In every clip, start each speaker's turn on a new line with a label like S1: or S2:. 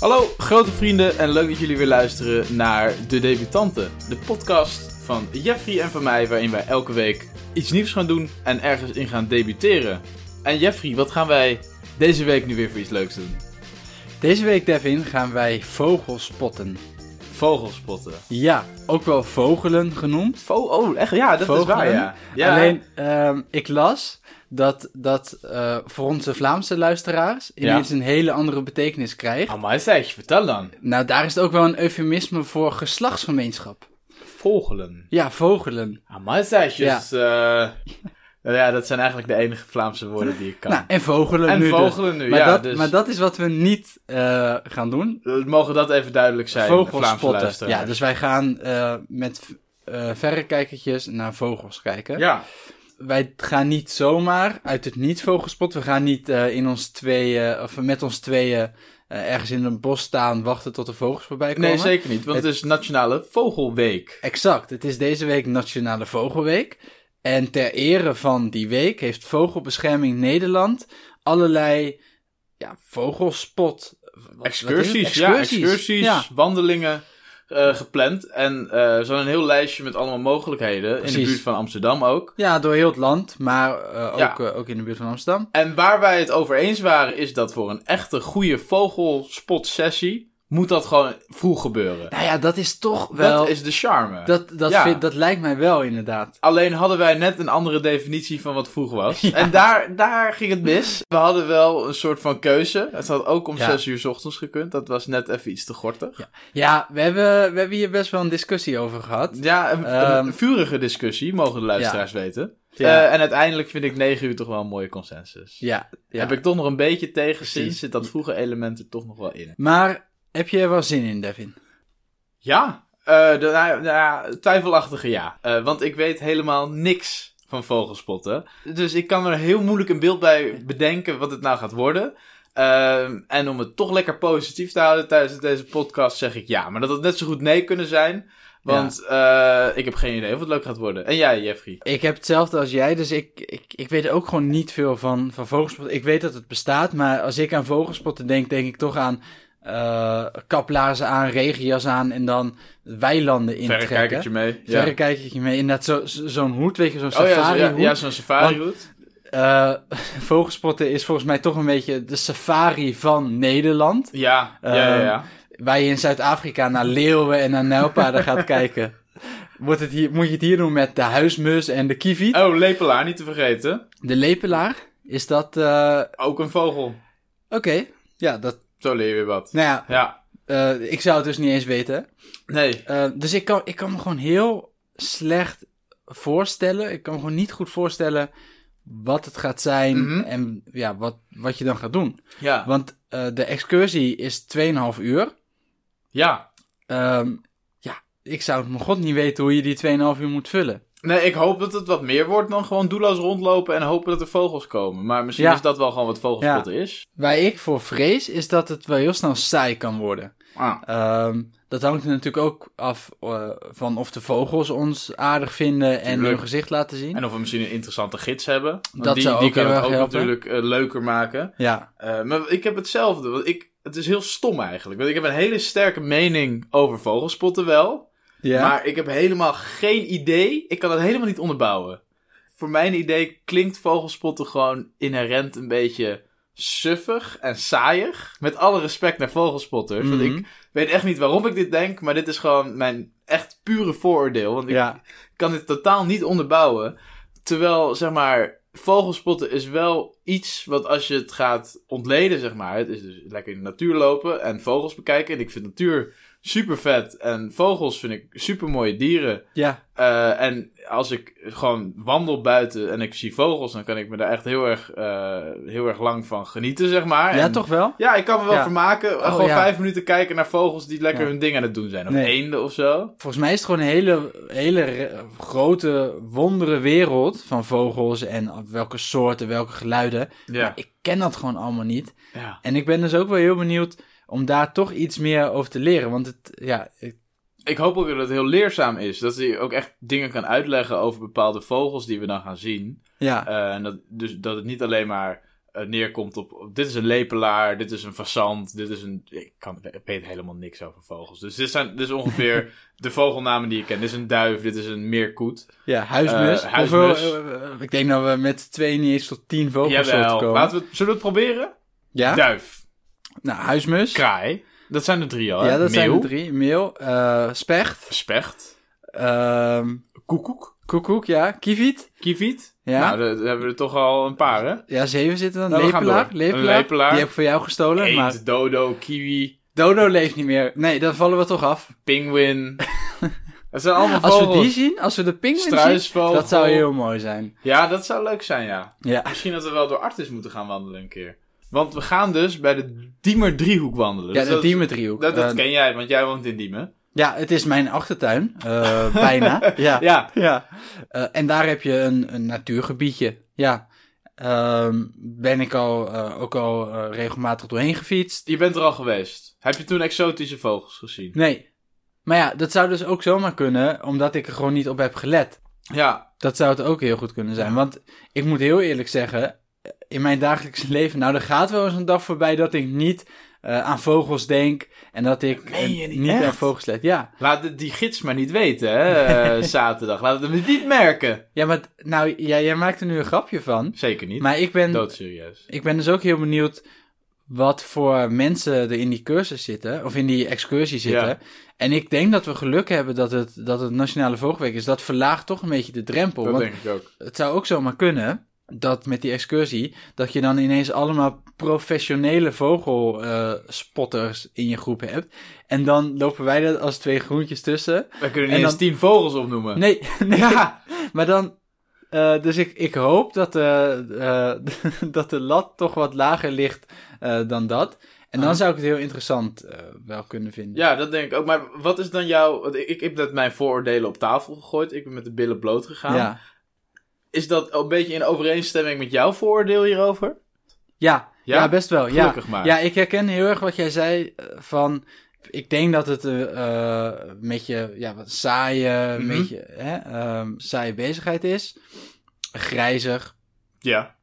S1: Hallo grote vrienden en leuk dat jullie weer luisteren naar De Debutanten. De podcast van Jeffrey en van mij waarin wij elke week iets nieuws gaan doen en ergens in gaan debuteren. En Jeffrey, wat gaan wij deze week nu weer voor iets leuks doen?
S2: Deze week, Devin, gaan wij vogels spotten.
S1: Vogelspotten.
S2: Ja, ook wel vogelen genoemd.
S1: Vo oh, echt? Ja, dat
S2: Vogelen.
S1: is waar, ja. ja.
S2: Alleen, ehm, ik las dat dat eh, voor onze Vlaamse luisteraars ineens een hele andere betekenis krijgt.
S1: Amai, zeg, vertel dan.
S2: Nou, daar is het ook wel een eufemisme voor geslachtsgemeenschap.
S1: Vogelen.
S2: Ja, vogelen.
S1: Amai, zeg, dus, ja. ja, dat zijn eigenlijk de enige Vlaamse woorden die ik kan.
S2: Nou, en vogelen
S1: en
S2: nu dus.
S1: vogelen nu,
S2: Maar,
S1: ja.
S2: dat,
S1: dus
S2: maar dat is wat we niet eh, gaan doen.
S1: we mogen dat even duidelijk zijn,
S2: Vogels
S1: Vlaamse
S2: spotten.
S1: luisteraars.
S2: Ja, dus wij gaan eh, met eh verrekijkertjes naar vogels kijken.
S1: ja.
S2: wij gaan niet zomaar uit het niet vogelspot. We gaan niet eh, in ons tweeën, of met ons tweeën eh, ergens in een bos staan wachten tot de vogels voorbij komen.
S1: Nee, zeker niet, want het, is Nationale Vogelweek.
S2: Exact. Het is deze week Nationale Vogelweek. En ter ere van die week heeft Vogelbescherming Nederland allerlei ja, vogelspot. wat- wat is het?
S1: Excursies, ja, excursies,
S2: Ja,
S1: wandelingen eh, gepland. En eh zo'n heel lijstje met allemaal mogelijkheden, in de
S2: Precies.
S1: buurt van Amsterdam ook.
S2: Ja, door heel het land, maar eh, ook,
S1: Ja.
S2: eh, ook in de buurt van Amsterdam.
S1: En waar wij het over eens waren, is dat voor een echte goede vogelspot-sessie moet dat gewoon vroeg gebeuren.
S2: Nou ja, dat is toch wel.
S1: dat is de charme.
S2: dat, dat,
S1: Ja.
S2: vind- dat lijkt mij wel inderdaad.
S1: Alleen hadden wij net een andere definitie van wat vroeg was. En daar, daar ging het mis. We hadden wel een soort van keuze. Het had ook om
S2: Ja.
S1: 6 uur 's ochtends gekund. Dat was net even iets te gortig.
S2: Ja, we hebben, we hebben hier best wel een discussie over gehad.
S1: Ja, een,
S2: Ehm,
S1: een vurige discussie, mogen de luisteraars weten.
S2: Ja.
S1: Eh, en uiteindelijk vind ik 9 uur toch wel een mooie consensus.
S2: Ja, ja.
S1: Heb ik toch nog een beetje tegenzin,
S2: Precies.
S1: zit dat vroege element er toch nog wel in.
S2: Maar heb je er wel zin in, Devin?
S1: Ja, eh, de, nou ja, nou ja, twijfelachtige ja. Eh, want ik weet helemaal niks van vogelspotten. Dus ik kan er heel moeilijk een beeld bij bedenken wat het nou gaat worden. Ehm, en om het toch lekker positief te houden tijdens deze podcast zeg ik ja. Maar dat had net zo goed nee kunnen zijn. Want eh, ik heb geen idee of het leuk gaat worden. En jij, Jeffrey?
S2: Ik heb hetzelfde als jij, dus ik, ik, ik weet ook gewoon niet veel van, van vogelspotten. Ik weet dat het bestaat, maar als ik aan vogelspotten denk, denk ik toch aan eh kaplaarzen aan, regenjas aan en dan weilanden intrekken.
S1: Verrekijkertje mee. Ja.
S2: Verrekijkertje mee. Inderdaad, zo- zo- zo'n hoed, weet je, zo'n
S1: Oh ja, zo-
S2: safari
S1: ja,
S2: hoed.
S1: ja, zo'n safari route.
S2: Eh, vogelspotten is volgens mij toch een beetje de safari van Nederland.
S1: Ja, ja, ja, ja.
S2: waar je in Zuid-Afrika naar leeuwen en naar nijlpaarden gaat kijken. Wordt het hier, moet je het hier doen met de huismus en de kieviet.
S1: Oh, lepelaar, niet te vergeten.
S2: De lepelaar, is dat... eh, Oké,
S1: Ook een vogel.
S2: ja, dat...
S1: Zo leer je weer wat.
S2: Nou ja,
S1: Ja.
S2: eh, ik zou het dus niet eens weten.
S1: Nee.
S2: Eh, dus ik kan, ik kan me gewoon heel slecht voorstellen. Ik kan me gewoon niet goed voorstellen wat het gaat zijn
S1: Mhm.
S2: en ja, wat, wat je dan gaat doen.
S1: Ja.
S2: Want eh, de excursie is 2,5 uur.
S1: Ja.
S2: Ehm, ja, ik zou mijn god niet weten hoe je die 2,5 uur moet vullen.
S1: Nee, ik hoop dat het wat meer wordt dan gewoon doelloos rondlopen en hopen dat er vogels komen. Maar misschien
S2: Ja.
S1: is dat wel gewoon wat vogelspotten is.
S2: Waar ik voor vrees is dat het wel heel snel saai kan worden.
S1: Ah.
S2: Ehm, dat hangt natuurlijk ook af eh, van of de vogels ons aardig vinden en
S1: Tuurlijk.
S2: hun gezicht laten zien.
S1: En of we misschien een interessante gids hebben. Want
S2: Dat
S1: die,
S2: zou
S1: die
S2: ook
S1: kan
S2: heel
S1: het ook
S2: erg helpen.
S1: natuurlijk eh, leuker maken.
S2: Ja,
S1: Eh, maar ik heb hetzelfde. Want ik, het is heel stom eigenlijk. Want ik heb een hele sterke mening over vogelspotten wel.
S2: ja.
S1: Maar ik heb helemaal geen idee. Ik kan het helemaal niet onderbouwen. Voor mijn idee klinkt vogelspotten gewoon inherent een beetje suffig en saaiig. Met alle respect naar vogelspotters. Want
S2: Mhm.
S1: dus ik weet echt niet waarom ik dit denk. Maar dit is gewoon mijn echt pure vooroordeel. Want ik
S2: ja.
S1: kan dit totaal niet onderbouwen. Terwijl, zeg maar, vogelspotten is wel iets wat als je het gaat ontleden, zeg maar. Het is dus lekker in de natuur lopen en vogels bekijken. En ik vind natuur super vet. En vogels vind ik super mooie dieren.
S2: ja,
S1: Eh, en als ik gewoon wandel buiten en ik zie vogels, dan kan ik me daar echt heel erg, eh, heel erg lang van genieten, zeg maar.
S2: ja,
S1: En-
S2: toch wel?
S1: Ja, ik kan me wel
S2: Ja.
S1: vermaken.
S2: Oh,
S1: gewoon
S2: ja.
S1: vijf minuten kijken naar vogels die lekker
S2: Ja.
S1: hun ding aan het doen zijn. Of
S2: Nee.
S1: eenden of zo.
S2: Volgens mij is het gewoon een hele, hele re- grote, wondere wereld van vogels en welke soorten, welke geluiden.
S1: Ja.
S2: Ik ken dat gewoon allemaal niet.
S1: ja.
S2: En ik ben dus ook wel heel benieuwd om daar toch iets meer over te leren. Want het, ja, het-
S1: Ik hoop ook dat het heel leerzaam is. Dat hij ook echt dingen kan uitleggen over bepaalde vogels die we dan gaan zien.
S2: ja.
S1: Eh, en dat, dus dat het niet alleen maar eh, neerkomt op, op dit is een lepelaar, dit is een fassant, dit is een... Ik, kan, ik weet helemaal niks over vogels. Dus dit, zijn, dit is ongeveer de vogelnamen die ik ken. Dit is een duif, dit is een meerkoet.
S2: Ja, huismus.
S1: Eh, huismus.
S2: Of, eh, eh, eh, ik denk dat we met twee niet eens tot tien vogelsoorten
S1: Jawel,
S2: komen.
S1: laten we, het- zullen we het proberen?
S2: Ja?
S1: Duif,
S2: Nou, huismus.
S1: kraai, dat zijn er drie al. hè?
S2: ja, dat zijn
S1: Meeuw,
S2: de drie. Meel, eh, specht,
S1: specht,
S2: ehm,
S1: koekoek,
S2: koekoek, ja, kieviet.
S1: kieviet.
S2: Ja.
S1: Nou, daar daar hebben we er toch al een paar, hè?
S2: Ja, zeven zitten dan.
S1: Nou, we gaan
S2: lepelaar,
S1: door.
S2: lepelaar.
S1: Een lepelaar.
S2: Die heb ik voor jou gestolen,
S1: Eend,
S2: maar
S1: dodo, kiwi,
S2: Dodo leeft niet meer. Nee, dan vallen we toch af.
S1: pinguïn. dat zijn allemaal
S2: Als
S1: vogels.
S2: we die zien, als we de pinguïn zien,
S1: Struisvogel.
S2: dat zou heel mooi zijn.
S1: Ja, dat zou leuk zijn, ja.
S2: Ja.
S1: Misschien dat we wel door Artis moeten gaan wandelen een keer. Want we gaan dus bij de Diemer driehoek wandelen.
S2: Ja,
S1: Dus
S2: de
S1: dat-
S2: Diemen-driehoek.
S1: Dat, dat
S2: Eh,
S1: ken jij, want jij woont in Diemen.
S2: ja, het is mijn achtertuin. eh, bijna. Ja.
S1: Ja,
S2: ja. Eh, en daar heb je een, een natuurgebiedje. Ja. Ehm, ben ik al, eh, ook al eh, regelmatig doorheen gefietst.
S1: je bent er al geweest. Heb je toen exotische vogels gezien?
S2: Nee. Maar ja, dat zou dus ook zomaar kunnen, omdat ik er gewoon niet op heb gelet.
S1: Ja,
S2: Dat zou het ook heel goed kunnen zijn. Want ik moet heel eerlijk zeggen, eh, in mijn dagelijks leven, nou, er gaat wel eens een dag voorbij dat ik niet eh, aan vogels denk en dat ik
S1: meen je
S2: eh,
S1: niet,
S2: niet
S1: echt?
S2: aan vogels let. Ja.
S1: laat het die gids maar niet weten, hè, eh, zaterdag. Laat het hem niet merken.
S2: Ja, maar t- nou, jij, jij maakt er nu een grapje van.
S1: Zeker niet.
S2: Maar ik ben,
S1: Doodserieus.
S2: ik ben dus ook heel benieuwd wat voor mensen er in die cursus zitten, of in die excursie zitten.
S1: Ja.
S2: En ik denk dat we geluk hebben dat het, dat het Nationale Vogelweek is. Dat verlaagt toch een beetje de drempel.
S1: Dat
S2: want
S1: denk ik ook.
S2: het zou ook zomaar kunnen dat met die excursie, dat je dan ineens allemaal professionele vogelspotters eh, in je groep hebt. En dan lopen wij er als twee groentjes tussen.
S1: We kunnen
S2: En
S1: niet eens
S2: dan-
S1: tien vogels opnoemen.
S2: Nee, nee.
S1: Ja.
S2: Maar dan, eh, dus ik, ik hoop dat de, eh, dat de lat toch wat lager ligt eh, dan dat. En dan
S1: Ah.
S2: zou ik het heel interessant eh, wel kunnen vinden.
S1: Ja, dat denk ik ook. Maar wat is dan jouw... want Ik, ik heb net mijn vooroordelen op tafel gegooid. Ik ben met de billen bloot gegaan.
S2: ja.
S1: Is dat een beetje in overeenstemming met jouw vooroordeel hierover?
S2: Ja, ja?
S1: Ja?
S2: best wel. Ja.
S1: Gelukkig maar.
S2: ja, ik herken heel erg wat jij zei eh, van... Ik denk dat het eh, eh, een beetje ja, wat saaie, een
S1: Mhm.
S2: beetje, hè, ehm, saaie bezigheid is. Grijzig.
S1: Ja.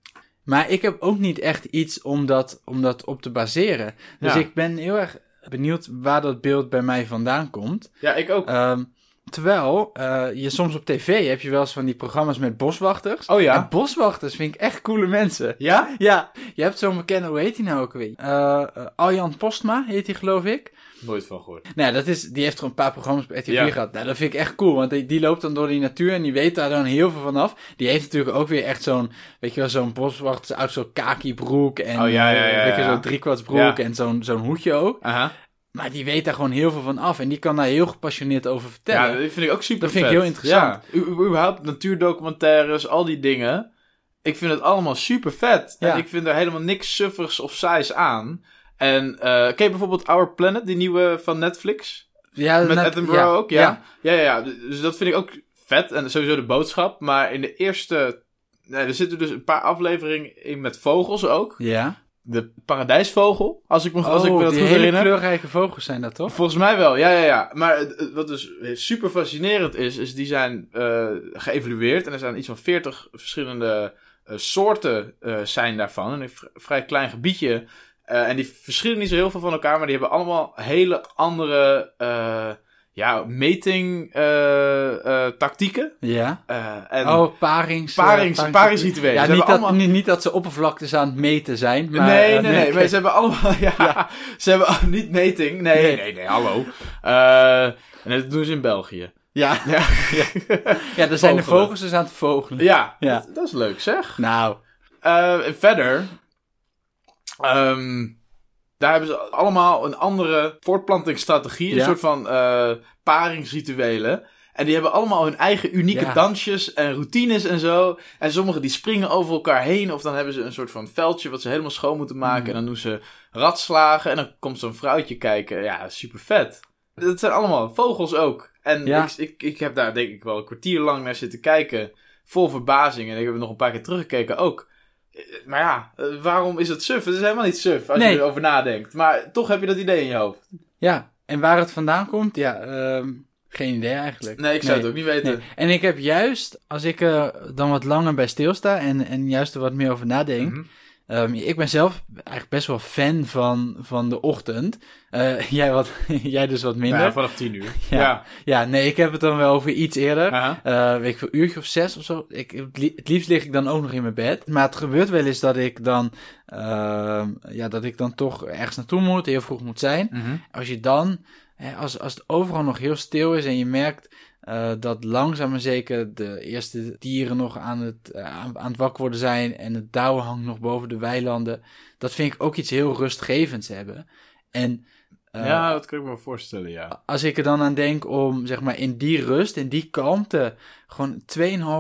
S2: Maar ik heb ook niet echt iets om dat, om dat op te baseren. Dus
S1: Ja.
S2: ik ben heel erg benieuwd waar dat beeld bij mij vandaan komt.
S1: Ja, ik ook.
S2: Ehm, terwijl eh, je soms op tv heb je wel eens van die programma's met boswachters.
S1: Oh ja.
S2: En boswachters vind ik echt coole mensen.
S1: Ja?
S2: Ja, je hebt zo'n bekende, hoe heet hij nou ook weer? Eh, eh, Arjan Postma heet hij, geloof ik.
S1: Nooit van gehoord.
S2: Nou, ja, dat is, die heeft er een paar programma's op RTV
S1: Ja.
S2: gehad. Nou, dat vind ik echt cool, want die, die loopt dan door die natuur en die weet daar dan heel veel van af. Die heeft natuurlijk ook weer echt zo'n, weet je wel, zo'n boswacht uit zo'n kaki broek en
S1: Oh, ja, ja,
S2: eh,
S1: ja,
S2: weet je,
S1: ja.
S2: zo'n driekwarts broek
S1: Ja.
S2: en zo'n, zo'n hoedje ook.
S1: Aha.
S2: Maar die weet daar gewoon heel veel van af en die kan daar heel gepassioneerd over
S1: Ja,
S2: vertellen.
S1: dat vind ik ook super
S2: Dat vind ik
S1: vet.
S2: heel interessant.
S1: Ja, u- u- überhaupt natuurdocumentaires, al die dingen. Ik vind het allemaal super vet.
S2: Ja.
S1: En ik vind er helemaal niks suffigs of saais aan. En eh ken je bijvoorbeeld Our Planet, die nieuwe van Netflix?
S2: Ja,
S1: Met
S2: na-
S1: Attenborough
S2: ja,
S1: ook, ja. Ja. ja, ja. Dus dat vind ik ook vet. En sowieso de boodschap. Maar in de eerste... Nee, er zitten dus een paar afleveringen in met vogels ook.
S2: Ja.
S1: De paradijsvogel, als ik me, als ik
S2: Oh,
S1: me dat
S2: die
S1: goed
S2: hele
S1: herinner.
S2: kleurrijke vogels zijn dat toch?
S1: Volgens mij wel, ja, ja, ja. Maar het- het- wat dus super fascinerend is, is die zijn eh, geëvalueerd. En er zijn iets van 40 verschillende eh, soorten eh, zijn daarvan. En een vri- vrij klein gebiedje. Eh, en die verschillen niet zo heel veel van elkaar, maar die hebben allemaal hele andere eh, ja, meting eh, eh, tactieken.
S2: Ja.
S1: Eh, en
S2: Oh, parings... eh,
S1: parings,
S2: parings-
S1: paringsrituelen.
S2: Ja,
S1: Ze
S2: niet
S1: hebben
S2: dat,
S1: allemaal-
S2: niet, niet dat ze oppervlaktes aan het meten zijn. Maar,
S1: nee,
S2: eh,
S1: nee, nee. Maar ze hebben allemaal. Ja, Ze hebben al- niet meting. Nee,
S2: Nee.
S1: nee, nee, hallo. Eh, en dat doen ze in België.
S2: Ja,
S1: Ja,
S2: ja daar zijn de
S1: Vogelen.
S2: vogels dus aan het vogelen.
S1: ja,
S2: Ja.
S1: Dat, dat is leuk zeg.
S2: Nou,
S1: Eh, en verder. ehm, daar hebben ze allemaal een andere voortplantingsstrategie.
S2: Ja.
S1: Een soort van eh, paringsrituelen. En die hebben allemaal hun eigen unieke
S2: Ja.
S1: dansjes en routines en zo. En sommigen die springen over elkaar heen. Of dan hebben ze een soort van veldje wat ze helemaal schoon moeten maken.
S2: Mm.
S1: En dan doen ze ratslagen. En dan komt zo'n vrouwtje kijken. Ja, super vet. Dat zijn allemaal vogels ook. En
S2: Ja.
S1: ik, ik, ik heb daar denk ik wel een kwartier lang naar zitten kijken. Vol verbazing. En ik heb het nog een paar keer teruggekeken ook. Eh, Maar ja, eh, waarom is het suf? Het is helemaal niet suf als
S2: Nee.
S1: je erover nadenkt. Maar toch heb je dat idee in je hoofd.
S2: ja. En waar het vandaan komt, ja, ehm, geen idee eigenlijk.
S1: Nee, ik zou het ook niet weten.
S2: Nee. En ik heb eh, juist, als ik er dan wat langer bij stilsta en, en juist er wat meer over nadenk,
S1: Mhm.
S2: Ehm, ik ben zelf eigenlijk best wel fan van, van de ochtend. Eh, jij, wat, jij dus wat minder.
S1: Ja,
S2: Ja,
S1: vanaf tien uur.
S2: Ja.
S1: Ja.
S2: nee, ik heb het dan wel over iets eerder.
S1: Aha.
S2: Eh, weet ik veel, uurtje of zes of zo. Ik, het li- het liefst lig ik dan ook nog in mijn bed. Maar het gebeurt wel eens dat ik dan, ehm, ja, dat ik dan toch ergens naartoe moet, heel vroeg moet zijn.
S1: Mhm.
S2: Als je dan, hè, als, als het overal nog heel stil is en je merkt eh, dat langzaam maar zeker de eerste dieren nog aan het, eh, aan, aan het wakker worden zijn en het dauw hangt nog boven de weilanden. Dat vind ik ook iets heel rustgevends hebben. En eh,
S1: ja, dat kan ik me voorstellen, ja.
S2: als ik er dan aan denk om, zeg maar, in die rust, in die kalmte, gewoon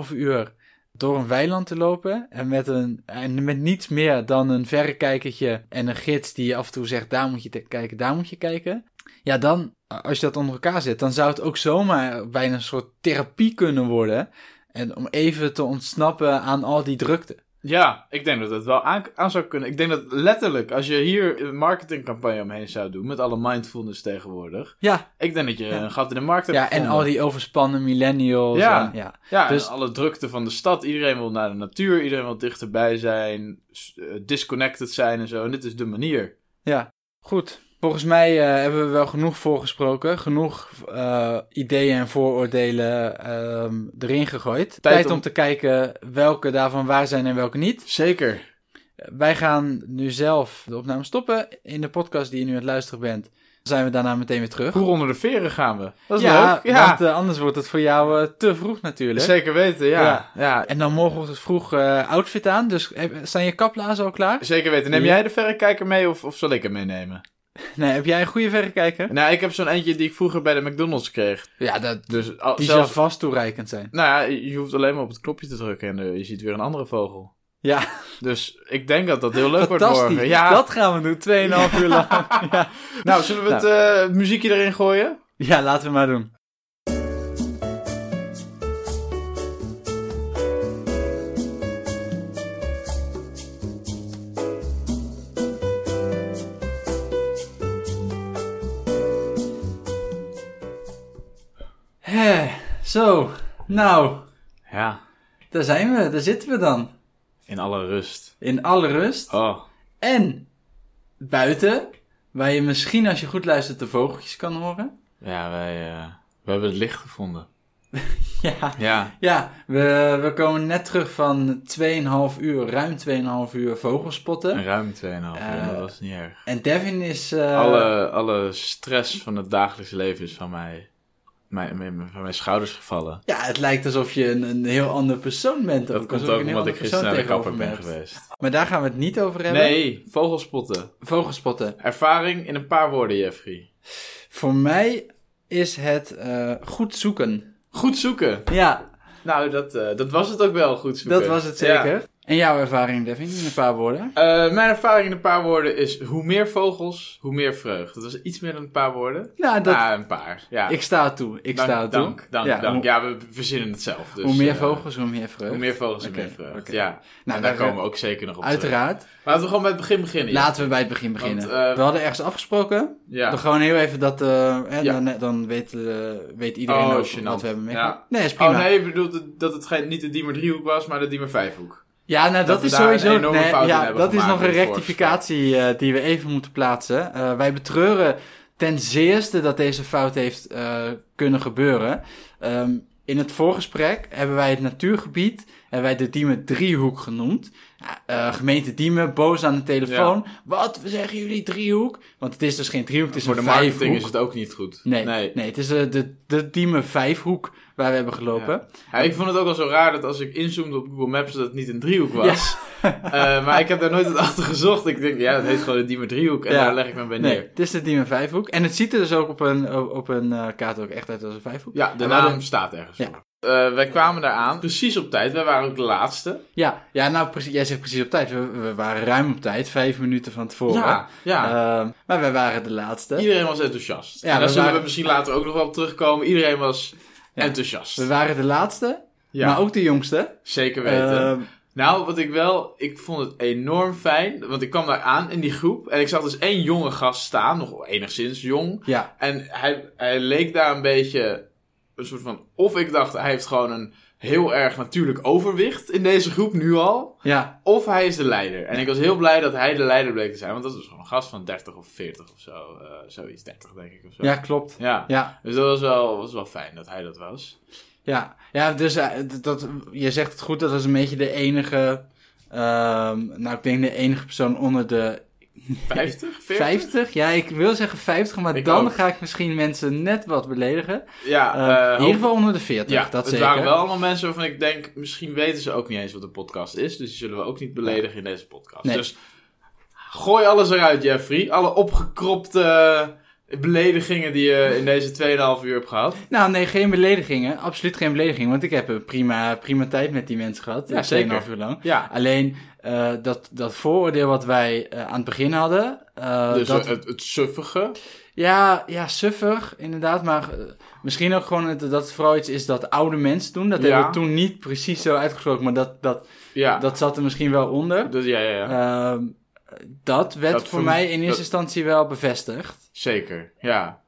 S2: 2,5 uur door een weiland te lopen en met, een, en met niets meer dan een verrekijkertje en een gids die je af en toe zegt, daar moet je te- kijken, daar moet je kijken. Ja, dan, als je dat onder elkaar zet, dan zou het ook zomaar bijna een soort therapie kunnen worden. En om even te ontsnappen aan al die drukte.
S1: Ja, ik denk dat het wel aan, aan zou kunnen. Ik denk dat letterlijk, als je hier een marketingcampagne omheen zou doen, met alle mindfulness tegenwoordig,
S2: Ja,
S1: ik denk dat je
S2: Ja.
S1: een gat in de markt hebt
S2: ja en al
S1: gevonden.
S2: die overspannen millennials.
S1: Ja.
S2: en- ja.
S1: Ja,
S2: dus-
S1: dus alle drukte van de stad, iedereen wil naar de natuur, iedereen wil dichterbij zijn, s- eh, disconnected zijn en zo. En dit is de manier.
S2: Ja, goed. Volgens mij eh, hebben we wel genoeg voorgesproken. Genoeg eh, ideeën en vooroordelen ehm, erin gegooid. Tijd, om...
S1: om
S2: te kijken welke daarvan waar zijn en welke niet.
S1: Zeker.
S2: Wij gaan nu zelf de opname stoppen. In de podcast die je nu aan het luisteren bent, zijn we daarna meteen weer terug.
S1: Vroeg onder de veren gaan we. Dat is
S2: ja,
S1: leuk. Ja,
S2: want eh, anders wordt het voor jou eh, te vroeg natuurlijk.
S1: zeker weten,
S2: Ja.
S1: ja. ja.
S2: En dan morgenochtend vroeg eh, outfit aan. Dus heb, zijn je kaplazen al klaar?
S1: Zeker weten. Neem
S2: Ja.
S1: jij de verrekijker mee of, of zal ik hem meenemen?
S2: Nee, heb jij een goede verrekijker?
S1: Nou, ik heb zo'n eentje die ik vroeger bij de McDonald's kreeg.
S2: Ja, dat,
S1: Dus al-
S2: die
S1: zelfs...
S2: zou vast toereikend zijn.
S1: Nou ja, je hoeft alleen maar op het knopje te drukken en eh, je ziet weer een andere vogel.
S2: Ja.
S1: Dus ik denk dat dat heel leuk wordt
S2: Fantastisch.
S1: morgen. Ja.
S2: Dat gaan we doen. 2,5 uur lang. Ja.
S1: Nou, zullen we het eh, muziekje erin gooien?
S2: ja, laten we maar doen. Hè, Zo, nou,
S1: Ja,
S2: daar zijn we. Daar zitten we dan.
S1: in alle rust.
S2: In alle rust.
S1: Oh.
S2: En buiten, waar je misschien als je goed luistert de vogeltjes kan horen.
S1: Ja, wij eh, we hebben het licht gevonden.
S2: Ja,
S1: Ja.
S2: ja we, we komen net terug van 2,5 uur, ruim 2,5 uur
S1: Een
S2: vogelspotten.
S1: ruim 2,5 uur,
S2: Eh,
S1: dat was niet erg.
S2: En Devin is... eh,
S1: alle, alle stress van het dagelijks leven is van, mij, mijn, mijn- van mijn schouders gevallen.
S2: Ja, het lijkt alsof je een, een heel ander persoon bent.
S1: Dat
S2: ook,
S1: komt
S2: alsof je
S1: ook
S2: een heel
S1: omdat ik
S2: ander
S1: gisteren naar
S2: persoon
S1: de kapper ben
S2: tegenover me hebt.
S1: geweest.
S2: Maar daar gaan we het niet over hebben.
S1: Nee, vogelspotten.
S2: Vogelspotten.
S1: Ervaring in een paar woorden, Jeffrey.
S2: Voor mij is het eh, goed zoeken.
S1: Goed zoeken.
S2: Ja,
S1: Nou, dat, eh, dat was het ook wel, goed zoeken.
S2: dat was het
S1: Ja.
S2: zeker. En jouw ervaring, Devin, in een paar woorden?
S1: Eh, mijn ervaring in een paar woorden is hoe meer vogels, hoe meer vreugd. Dat was iets meer dan een paar woorden.
S2: Nou, dat,
S1: Ja, een paar. Ja.
S2: ik sta het toe. Ik
S1: dank,
S2: sta het toe.
S1: dank, dank,
S2: ja,
S1: dank.
S2: hoe-
S1: Ja, we verzinnen het zelf. Dus,
S2: hoe meer
S1: eh,
S2: vogels, hoe meer vreugd.
S1: hoe meer vogels, hoe
S2: Oké,
S1: meer vreugd.
S2: oké.
S1: Ja.
S2: Nou,
S1: Nou,
S2: daar
S1: daar komen we ook zeker nog op terug.
S2: Uiteraard.
S1: Maar laten we gewoon bij het begin beginnen. ja.
S2: Laten we bij het begin beginnen.
S1: eh,
S2: we hadden ergens afgesproken.
S1: Ja.
S2: Dan gewoon heel even Nou, dat... eh, hè,
S1: Ja.
S2: dan, dan weet, eh, weet iedereen
S1: Oh,
S2: ook
S1: gênant.
S2: wat we hebben meegemaakt.
S1: Ja.
S2: Nee, is prima.
S1: Oh nee, je bedoelt het- dat het geen, niet de Diemer driehoek was, maar de Diemer vijfhoek.
S2: Ja, nou dat,
S1: Dat we
S2: is
S1: daar
S2: sowieso...
S1: een enorme
S2: nee,
S1: fout in
S2: ja,
S1: hebben
S2: dat is
S1: gemaakt
S2: nog een
S1: in het
S2: rectificatie eh, die we even moeten plaatsen. Eh, wij betreuren ten zeerste dat deze fout heeft eh, kunnen gebeuren. Ehm, in het voorgesprek hebben wij het natuurgebied... hebben wij de Diemen driehoek genoemd. Eh, gemeente Diemen, boos aan de telefoon. Wat, we zeggen jullie driehoek? Want het is dus geen driehoek, het is
S1: Voor de
S2: een
S1: marketing
S2: vijfhoek.
S1: is het ook niet goed.
S2: Nee, nee. het is eh, de, de Diemen vijfhoek waar we hebben gelopen.
S1: Ja, ik vond het ook al zo raar dat als ik inzoomde op Google Maps dat het niet een driehoek was. Eh, maar ik heb daar nooit het achter gezocht. Ik denk, ja, dat heet gewoon de Diemer driehoek en
S2: Ja.
S1: daar leg ik me bij
S2: Nee,
S1: neer.
S2: het is de Diemen vijfhoek. En het ziet er dus ook op een, op- op een eh, kaart ook echt uit als een vijfhoek.
S1: Ja, de
S2: En
S1: naam
S2: waarom-
S1: staat ergens.
S2: Ja.
S1: voor. Eh, wij kwamen daar aan, precies op tijd. Wij waren ook de laatste.
S2: Ja, ja nou, precies, jij zegt precies op tijd. We, we waren ruim op tijd, vijf minuten van tevoren.
S1: Ja, ja.
S2: Ehm, maar wij waren de laatste.
S1: iedereen was enthousiast.
S2: Eh, Ja,
S1: en
S2: we
S1: daar zullen
S2: waren-
S1: we misschien later ook nog wel op terugkomen. Iedereen was
S2: Ja.
S1: enthousiast.
S2: We waren de laatste,
S1: ja,
S2: maar ook de jongste.
S1: zeker weten.
S2: Ehm,
S1: Nou, wat ik wel, ik vond het enorm fijn, want ik kwam daar aan in die groep en ik zag dus één jonge gast staan, nog enigszins jong.
S2: ja,
S1: En hij, hij leek daar een beetje een soort van. Of ik dacht, hij heeft gewoon een heel erg natuurlijk overwicht in deze groep nu al.
S2: Ja,
S1: Of hij is de leider. En ik was heel blij dat hij de leider bleek te zijn. Want dat was gewoon een gast van 30 of 40 of zo. eh, zoiets, 30 denk ik of zo.
S2: ja klopt.
S1: Ja.
S2: Ja,
S1: Dus dat was wel, was wel fijn dat hij dat was.
S2: Ja, ja dus eh, d- dat, je zegt het goed, dat was een beetje de enige. ehm, nou, ik denk de enige persoon onder de
S1: 50? 40?
S2: 50. Ja, ik wil zeggen 50, maar
S1: Ik
S2: dan
S1: ook.
S2: ga ik misschien mensen net wat beledigen.
S1: Ja,
S2: Eh,
S1: eh,
S2: in
S1: hoop-
S2: ieder geval onder de 40,
S1: ja
S2: dat
S1: het
S2: zeker.
S1: waren wel allemaal mensen waarvan ik denk, misschien weten ze ook niet eens wat een podcast is. Dus die zullen we ook niet beledigen in deze podcast.
S2: Nee.
S1: Dus gooi alles eruit, Jeffrey. Alle opgekropte eh, beledigingen die je in deze 2,5 uur hebt gehad.
S2: Nou, nee, geen beledigingen. Absoluut geen beledigingen, want ik heb een prima, prima tijd met die mensen gehad.
S1: Ja,
S2: eh,
S1: zeker.
S2: 2,5 uur lang.
S1: Ja,
S2: Alleen eh, dat, dat vooroordeel wat wij eh, aan het begin hadden. eh,
S1: dus
S2: dat,
S1: het, het suffige.
S2: Ja, ja, suffig, inderdaad. Maar eh, misschien ook gewoon het- dat het vooral iets is dat oude mensen doen. Dat
S1: Ja.
S2: hebben we toen niet precies zo uitgesproken, maar dat, dat,
S1: Ja,
S2: dat zat er misschien wel onder.
S1: dus, ja, ja, ja.
S2: Ehm, dat werd
S1: Dat
S2: voor
S1: verm-
S2: mij in eerste
S1: dat-
S2: instantie wel bevestigd.
S1: zeker. Ja.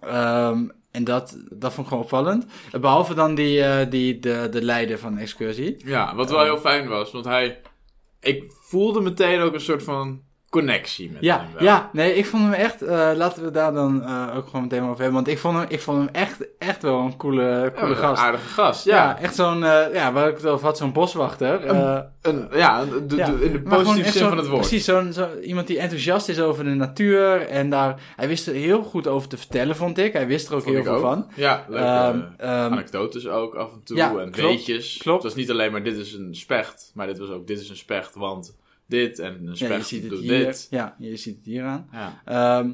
S2: Ehm, en dat, dat vond ik gewoon opvallend. Behalve dan die, eh, die, de, de leider van de excursie.
S1: ja, wat
S2: Eh.
S1: wel heel fijn was, want hij... Ik voelde meteen ook een soort van connectie met
S2: Ja,
S1: hem wel.
S2: ja, nee, ik vond hem echt. eh, laten we daar dan eh, ook gewoon meteen maar over hebben. Want ik vond hem, ik vond hem echt, echt wel een coole,
S1: Ja,
S2: coole
S1: een
S2: gast.
S1: aardige gast,
S2: Ja,
S1: ja.
S2: echt zo'n, eh, ja, waar ik het over had, zo'n boswachter. eh,
S1: Een, ja, een- de-
S2: ja.
S1: de- in de
S2: Maar gewoon
S1: positieve
S2: echt
S1: zin
S2: zo'n-
S1: van het woord.
S2: Precies, zo'n, zo, iemand die enthousiast is over de natuur. En daar, hij wist er heel goed over te vertellen, vond ik. Hij wist er ook
S1: Vond
S2: heel
S1: ik
S2: veel
S1: ook.
S2: van.
S1: Ja, leuke
S2: Ehm,
S1: eh,
S2: ehm,
S1: anekdotes ook af en toe.
S2: ja,
S1: en
S2: klopt,
S1: weetjes.
S2: klopt.
S1: Het was niet alleen maar dit is een specht. Maar dit was ook dit is een specht, want dit. En een
S2: ja, je
S1: specht
S2: ziet het
S1: doet
S2: hier.
S1: dit.
S2: Ja, je ziet het hier aan.
S1: Ja.
S2: Ehm,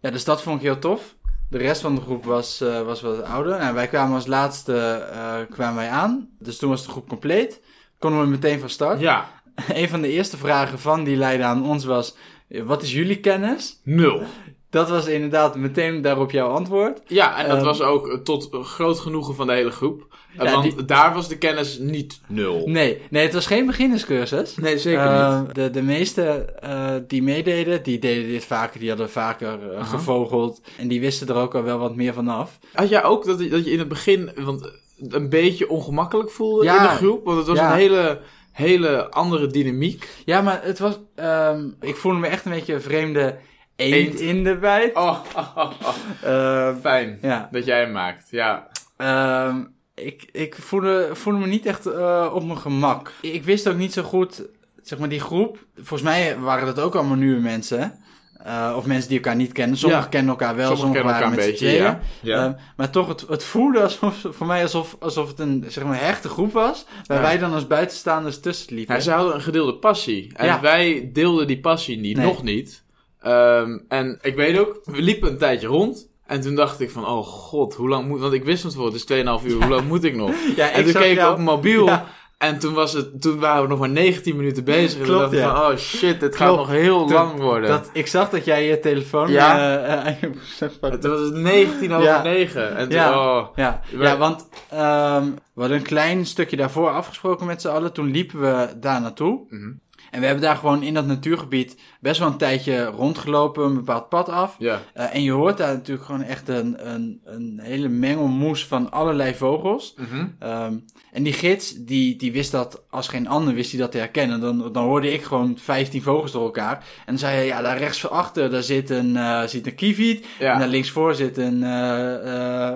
S2: ja, dus dat vond ik heel tof. De rest van de groep was, eh, was wat ouder. Nou, wij kwamen als laatste eh, kwamen wij aan. Dus toen was de groep compleet. Konden we meteen van start.
S1: ja,
S2: Een van de eerste vragen van die leider aan ons was... eh, Wat is jullie kennis?
S1: nul.
S2: Dat was inderdaad meteen daarop jouw antwoord.
S1: Ja, en dat
S2: Ehm,
S1: was ook eh, tot groot genoegen van de hele groep. Eh,
S2: Ja,
S1: want
S2: die-
S1: daar was de kennis niet nul. Ehm,
S2: Nee, nee het was geen beginnerscursus.
S1: Nee, zeker
S2: Eh, de, de meeste eh, die meededen, die deden dit vaker. Die hadden vaker eh, gevogeld. En die wisten er ook al wel wat meer vanaf.
S1: Had jij ook dat, dat je in het begin want eh, een beetje ongemakkelijk voelde
S2: Ja.
S1: in de groep? Want het was
S2: Ja.
S1: een hele, hele andere dynamiek.
S2: Ja, maar het was... ehm, ik voelde me echt een beetje een vreemde eend,
S1: Eend.
S2: in de bijt.
S1: Oh, oh, oh, oh.
S2: Ehm,
S1: fijn
S2: ja.
S1: dat jij hem maakt. Ja,
S2: Ehm, ik ik voelde, voelde me niet echt eh, op mijn gemak. Ik wist ook niet zo goed, zeg maar, die groep. Volgens mij waren dat ook allemaal nieuwe mensen. Eh, of mensen die elkaar niet kennen. Sommigen
S1: Ja.
S2: kennen elkaar wel, sommigen,
S1: sommigen kennen elkaar
S2: waren
S1: een
S2: met z'n
S1: beetje.
S2: tweeën.
S1: Ja. Ja.
S2: Ehm, maar toch, het, het voelde alsof, voor mij alsof, alsof het een zeg maar, hechte groep was. Waar
S1: Ja.
S2: wij dan als buitenstaanders tussen liepen.
S1: Ja, ze hadden een gedeelde passie. En
S2: Ja.
S1: wij deelden die passie niet,
S2: Nee.
S1: nog niet. Ehm, en ik weet ook, we liepen een tijdje rond. En toen dacht ik van, oh god, hoe lang moet... Want ik wist het wel, het is 2,5 uur, hoe lang moet ik nog?
S2: ja,
S1: En toen
S2: zag
S1: keek ik
S2: jou-
S1: op mijn mobiel.
S2: Ja.
S1: En toen, was het, toen waren we nog maar 19 minuten bezig. En toen
S2: Klopt,
S1: dacht ik
S2: ja.
S1: van, oh shit, dit gaat
S2: Klopt.
S1: nog heel
S2: Toen-
S1: lang worden.
S2: dat, ik zag dat jij je telefoon
S1: Ja.
S2: eh, eh, aan je broekzak
S1: En
S2: pakte.
S1: toen was het 19 over
S2: Ja.
S1: 9. En toen,
S2: Ja.
S1: oh,
S2: Ja,
S1: Maar-
S2: ja want ehm, we hadden een klein stukje daarvoor afgesproken met z'n allen. Toen liepen we daar naartoe.
S1: Mhm.
S2: En we hebben daar gewoon in dat natuurgebied best wel een tijdje rondgelopen, een bepaald pad af.
S1: ja.
S2: Eh, en je hoort daar natuurlijk gewoon echt een, een, een hele mengelmoes van allerlei vogels.
S1: Mhm.
S2: Ehm, en die gids, die, die wist dat als geen ander, wist hij dat te herkennen. Dan, dan hoorde ik gewoon 15 vogels door elkaar. En dan zei hij, ja, daar rechts van achter, daar zit een, eh zit een kieviet.
S1: Ja.
S2: En daar linksvoor zit een... eh, eh,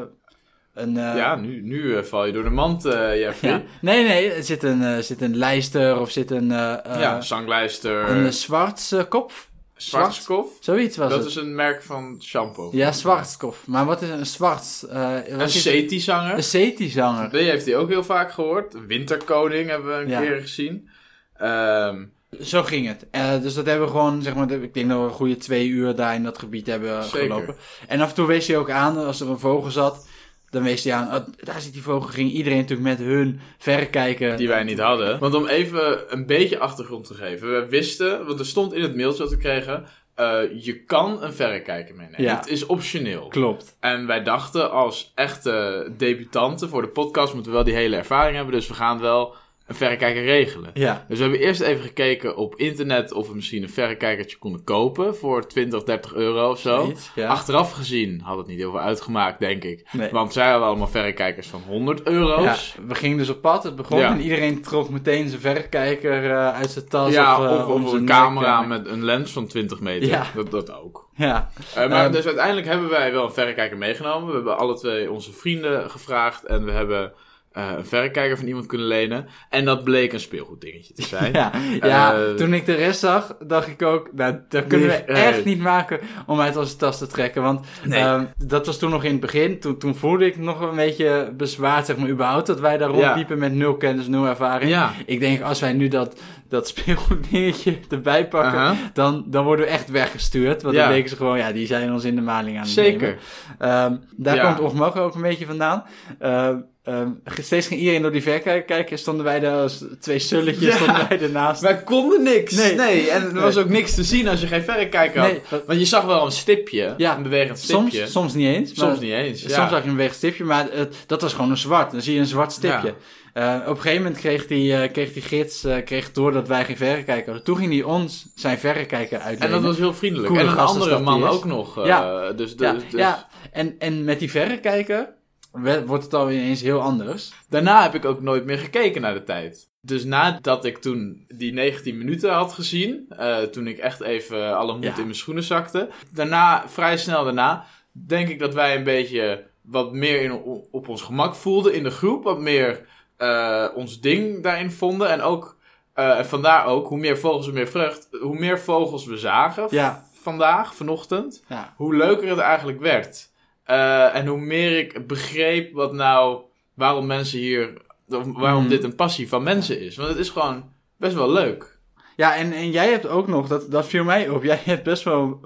S2: een eh,
S1: ja, nu, nu eh, val je door de mand, eh Jeffrey.
S2: ja.
S1: Ja,
S2: Nee, nee, er zit een, eh, zit een lijster of zit een, eh eh,
S1: zanglijster,
S2: een eh, zwartse kop.
S1: Schwarzkopf.
S2: Zoiets was
S1: Dat
S2: het.
S1: is een merk van shampoo.
S2: Ja, zwartskop. Maar wat is een zwarts? eh, wat
S1: Een
S2: is- Dus- Een
S1: Seti-zanger.
S2: Seti-zanger.
S1: Die heeft hij ook heel vaak gehoord. Een Winterkoning hebben we een
S2: Ja.
S1: keer gezien. Ehm,
S2: Zo ging het. Eh, dus dat hebben we gewoon, zeg maar, ik denk dat we een goede twee uur daar in dat gebied hebben eh,
S1: Zeker.
S2: gelopen. En af en toe wees hij ook aan, als er een vogel zat, dan wees hij aan, oh, daar zit die vogel. Ging iedereen natuurlijk met hun verrekijken.
S1: die wij niet hadden. Want om even een beetje achtergrond te geven. We wisten, want er stond in het mailtje dat we kregen... eh, je kan een verrekijker meenemen.
S2: Ja.
S1: Het is optioneel.
S2: Klopt.
S1: En wij dachten als echte debutanten voor de podcast moeten we wel die hele ervaring hebben. Dus we gaan wel een verrekijker regelen.
S3: Ja.
S1: Dus we hebben eerst even gekeken op internet of we misschien een verrekijkertje konden kopen voor 20, 30 euro of zo.
S3: Zoiets, ja.
S1: Achteraf gezien had het niet heel veel uitgemaakt, denk ik.
S3: Nee.
S1: Want zij hadden allemaal verrekijkers van 100 euro's.
S2: Ja, we gingen dus op pad, het begon
S1: Ja.
S2: en iedereen trok meteen zijn verrekijker eh, uit zijn
S1: Ja,
S2: tas. of, eh,
S1: of,
S2: om
S1: of
S2: zijn
S1: een camera
S2: nek, eh,
S1: met een lens van 20 meter.
S2: Ja.
S1: Dat, dat ook.
S2: Ja,
S1: Eh, maar
S2: Ehm.
S1: dus uiteindelijk hebben wij wel een verrekijker meegenomen. We hebben alle twee onze vrienden gevraagd en we hebben eh, een verrekijker van iemand kunnen lenen. En dat bleek een speelgoeddingetje te zijn.
S2: ja. ja
S1: Eh,
S2: toen ik de rest zag, dacht ik ook, nou, dat kunnen we
S1: Nee, nee.
S2: echt niet maken om uit onze tas te trekken. Want
S1: Nee.
S2: ehm, dat was toen nog in het begin. Toen, toen voelde ik nog een beetje bezwaard, zeg maar, überhaupt, dat wij daar
S1: Ja.
S2: rondliepen met nul kennis, nul ervaring.
S1: Ja.
S2: Ik denk, als wij nu dat, dat speelgoeddingetje erbij pakken,
S1: Aha.
S2: dan, dan worden we echt weggestuurd. Want
S1: Ja.
S2: dan denken ze gewoon, ja, die zijn ons in de maling aan het nemen.
S1: Zeker.
S2: Ehm, daar
S1: Ja.
S2: komt ongemogen ook een beetje vandaan. Ehm, ehm, steeds ging iedereen door die verkijker kijken. Stonden wij daar als twee sulletjes
S1: Ja.
S2: stonden wij ernaast.
S1: Wij konden niks. Nee.
S2: Nee.
S1: en er
S2: Nee.
S1: was ook niks te zien als je geen verrekijker had.
S2: Nee, dat-
S1: Want je zag wel een stipje,
S2: Ja,
S1: een bewegend stipje.
S2: soms, soms niet eens. maar-
S1: Soms niet eens. Ja.
S2: Soms zag je een weg stipje, maar het- dat was gewoon een zwart. Dan zie je een zwart stipje.
S1: Ja.
S2: Eh, op een gegeven moment kreeg die, eh, kreeg die gids eh, kreeg door dat wij geen verrekijker hadden. Toen ging hij ons zijn verrekijker
S1: en
S2: uitlenen.
S1: dat was heel vriendelijk.
S2: Coole
S1: en een
S2: gast als
S1: andere
S2: dat die
S1: man
S2: is.
S1: ook nog. eh,
S2: Ja.
S1: dus,
S2: ja,
S1: dus- dus-
S2: ja. En, en met die verrekijker we- wordt het alweer eens heel anders.
S1: Daarna heb ik ook nooit meer gekeken naar de tijd. Dus nadat ik toen die 19 minuten had gezien, eh, toen ik echt even alle moed
S2: Ja.
S1: in mijn schoenen zakte. Daarna, vrij snel daarna, denk ik dat wij een beetje wat meer in, op ons gemak voelden in de groep. Wat meer eh, ons ding daarin vonden. En ook, eh, en vandaar ook, hoe meer vogels, hoe meer vrucht. Hoe meer vogels we zagen v-
S2: Ja.
S1: vandaag, vanochtend
S2: Ja,
S1: hoe leuker het eigenlijk werd. Eh, en hoe meer ik begreep wat nou, waarom mensen hier, of waarom
S2: Mm.
S1: dit een passie van mensen is. Want het is gewoon best wel leuk.
S2: ja en, en jij hebt ook nog, dat, dat viel mij op, jij hebt best wel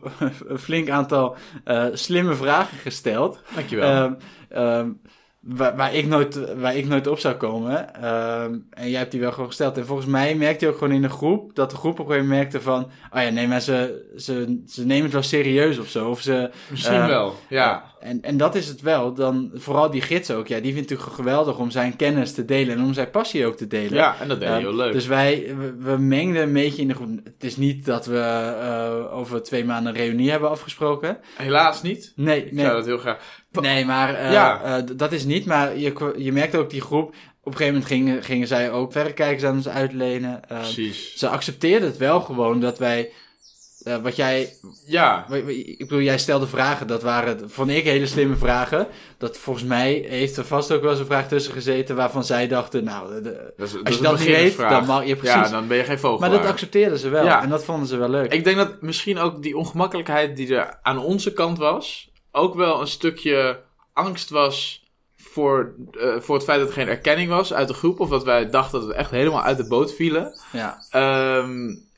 S2: een flink aantal eh, slimme vragen gesteld.
S1: Dankjewel.
S2: Ehm, ehm, waar, waar ik nooit, waar ik nooit op zou komen. Ehm, en jij hebt die wel gewoon gesteld. En volgens mij merkte je ook gewoon in de groep dat de groep op een gegeven moment merkte van. Oh ja, nee, maar ze, ze, ze nemen het wel serieus of zo. Of ze,
S1: Misschien
S2: eh,
S1: wel, ja.
S2: En, en dat is het wel. Dan, vooral die gids ook. Ja, die vindt het natuurlijk geweldig om zijn kennis te delen en om zijn passie ook te delen.
S1: Ja, en dat deed je
S2: Ehm,
S1: heel leuk.
S2: Dus wij we, we mengden een beetje in de groep. Het is niet dat we eh, over twee maanden een reunie hebben afgesproken.
S1: Helaas niet.
S2: Nee,
S1: Ik
S2: nee.
S1: zou dat heel graag...
S2: Nee, maar eh,
S1: Ja.
S2: eh, d- dat is niet. Maar je, kwa- je merkt ook die groep. Op een gegeven moment gingen, gingen zij ook verrekijkers aan ons uitlenen. Eh,
S1: Precies.
S2: ze accepteerden het wel gewoon dat wij. eh, wat jij.
S1: Ja,
S2: wa- wa- Ik bedoel, jij stelde vragen. Dat waren, vond ik, hele slimme vragen. Dat volgens mij heeft er vast ook wel eens een vraag tussen gezeten. waarvan zij dachten. Nou, de- de-
S1: dat is, dat
S2: als
S1: is
S2: je
S1: een
S2: dat niet weet,
S1: beginnersvraag.
S2: dan mag je precies.
S1: Ja, dan ben je geen vogel.
S2: maar dat accepteerden ze wel.
S1: Ja.
S2: En dat vonden ze wel leuk.
S1: Ik denk dat misschien ook die ongemakkelijkheid die er aan onze kant was, ook wel een stukje angst was voor, eh, voor het feit dat er geen erkenning was uit de groep. Of dat wij dachten dat we echt helemaal uit de boot vielen.
S2: ja.
S1: Ehm,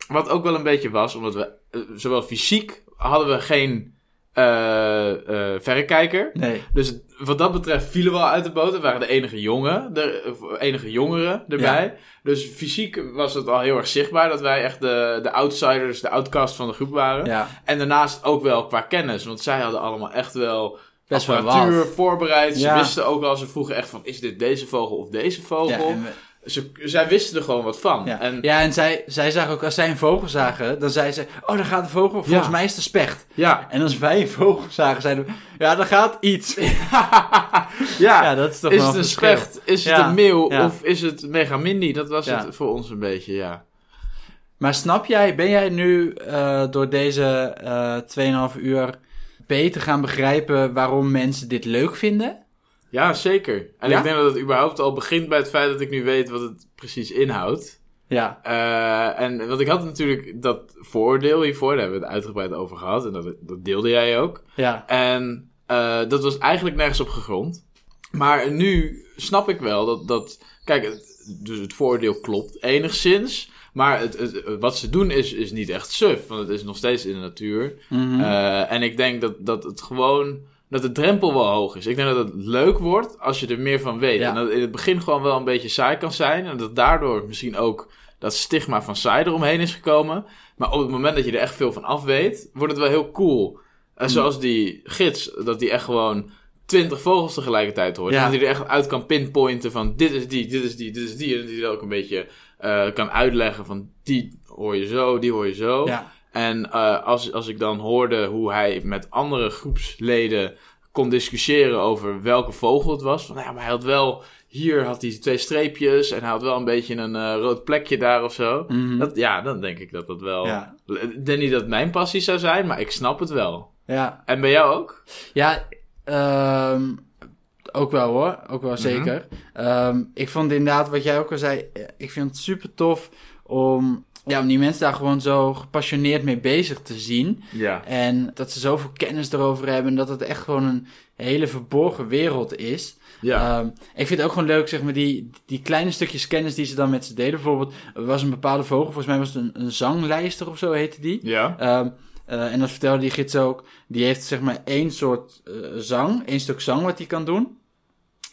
S1: wat ook wel een beetje was, omdat we eh, zowel fysiek hadden we geen eh, eh, verrekijker.
S2: Nee.
S1: Dus wat dat betreft vielen we al uit de boot. We waren de enige jongen, de of enige jongeren erbij. Dus fysiek was het al heel erg zichtbaar dat wij echt de, de outsiders, de outcasts van de groep waren.
S2: Ja.
S1: En daarnaast ook wel qua kennis, want zij hadden allemaal echt wel
S2: Best wel
S1: apparatuur
S2: wat.
S1: voorbereid. Ze
S2: Ja.
S1: wisten ook al, ze vroegen echt van, is dit deze vogel of deze
S2: Ja,
S1: vogel?
S2: en we-
S1: ze, zij wisten er gewoon wat van.
S2: Ja,
S1: En, ja.
S2: ja en zij, zij zagen ook, als zij een vogel zagen, dan zei ze, oh, daar gaat een vogel, volgens
S1: Ja.
S2: mij is het een specht. En als wij een vogel zagen, zeiden we, ja, daar gaat iets.
S1: Ja,
S2: Ja, dat is toch
S1: is
S2: wel
S1: het een
S2: verschil.
S1: specht, is het
S2: Ja,
S1: een meeuw
S2: ja.
S1: of is het megamindi? Dat was
S2: Ja.
S1: het voor ons een beetje, ja.
S2: Maar snap jij, ben jij nu eh, door deze eh 2,5 uur beter gaan begrijpen waarom mensen dit leuk vinden?
S1: Ja, zeker. En
S2: Ja?
S1: ik denk dat het überhaupt al begint bij het feit dat ik nu weet wat het precies inhoudt.
S2: Ja.
S1: Eh, en want ik had natuurlijk dat vooroordeel hiervoor, daar hebben we het uitgebreid over gehad. En dat, dat deelde jij ook.
S2: Ja.
S1: En eh, dat was eigenlijk nergens op gegrond. Maar nu snap ik wel dat. dat kijk, het, dus het voordeel klopt enigszins. Maar het, het- wat ze doen is, is niet echt suf. Want het is nog steeds in de natuur.
S2: Mhm.
S1: Eh, en ik denk dat, dat het gewoon. dat de drempel wel hoog is. Ik denk dat het leuk wordt als je er meer van weet.
S2: Ja.
S1: En dat het in het begin gewoon wel een beetje saai kan zijn. En dat daardoor misschien ook dat stigma van saai eromheen is gekomen. Maar op het moment dat je er echt
S2: Mm.
S1: veel van af weet, wordt het wel heel cool. En zoals die gids, dat die echt gewoon twintig vogels tegelijkertijd hoort.
S2: Ja.
S1: En dat hij er echt uit kan pinpointen van dit is die, dit is die, dit is die. En die ook een beetje eh, kan uitleggen van die hoor je zo, die hoor je zo.
S2: Ja.
S1: En eh, als, als ik dan hoorde hoe hij met andere groepsleden kon discussiëren over welke vogel het was. Van, nou ja, maar hij had wel, hier had hij twee streepjes en hij had wel een beetje een eh, rood plekje daar of zo.
S2: Mhm.
S1: Dat, ja, dan denk ik dat dat wel...
S2: Ja.
S1: Ik denk niet dat het mijn passie zou zijn, maar ik snap het wel.
S2: Ja,
S1: En bij jou ook?
S2: ja ehm, ook wel hoor. Ook
S1: Mhm.
S2: wel zeker. Ehm, ik vond inderdaad, wat jij ook al zei, eh, ik vind het super tof om, ja, om die mensen daar gewoon zo gepassioneerd mee bezig te zien.
S1: Ja.
S2: En dat ze zoveel kennis erover hebben en dat het echt gewoon een hele verborgen wereld is.
S1: Ja.
S2: Ehm, ik vind het ook gewoon leuk, zeg maar, die, die kleine stukjes kennis die ze dan met ze deden. Bijvoorbeeld, er was een bepaalde vogel, volgens mij was het een, een zanglijster of zo heette die.
S1: ja.
S2: Ehm, eh, en dat vertelde die gids ook. Die heeft zeg maar één soort eh, zang, één stuk zang wat hij kan doen.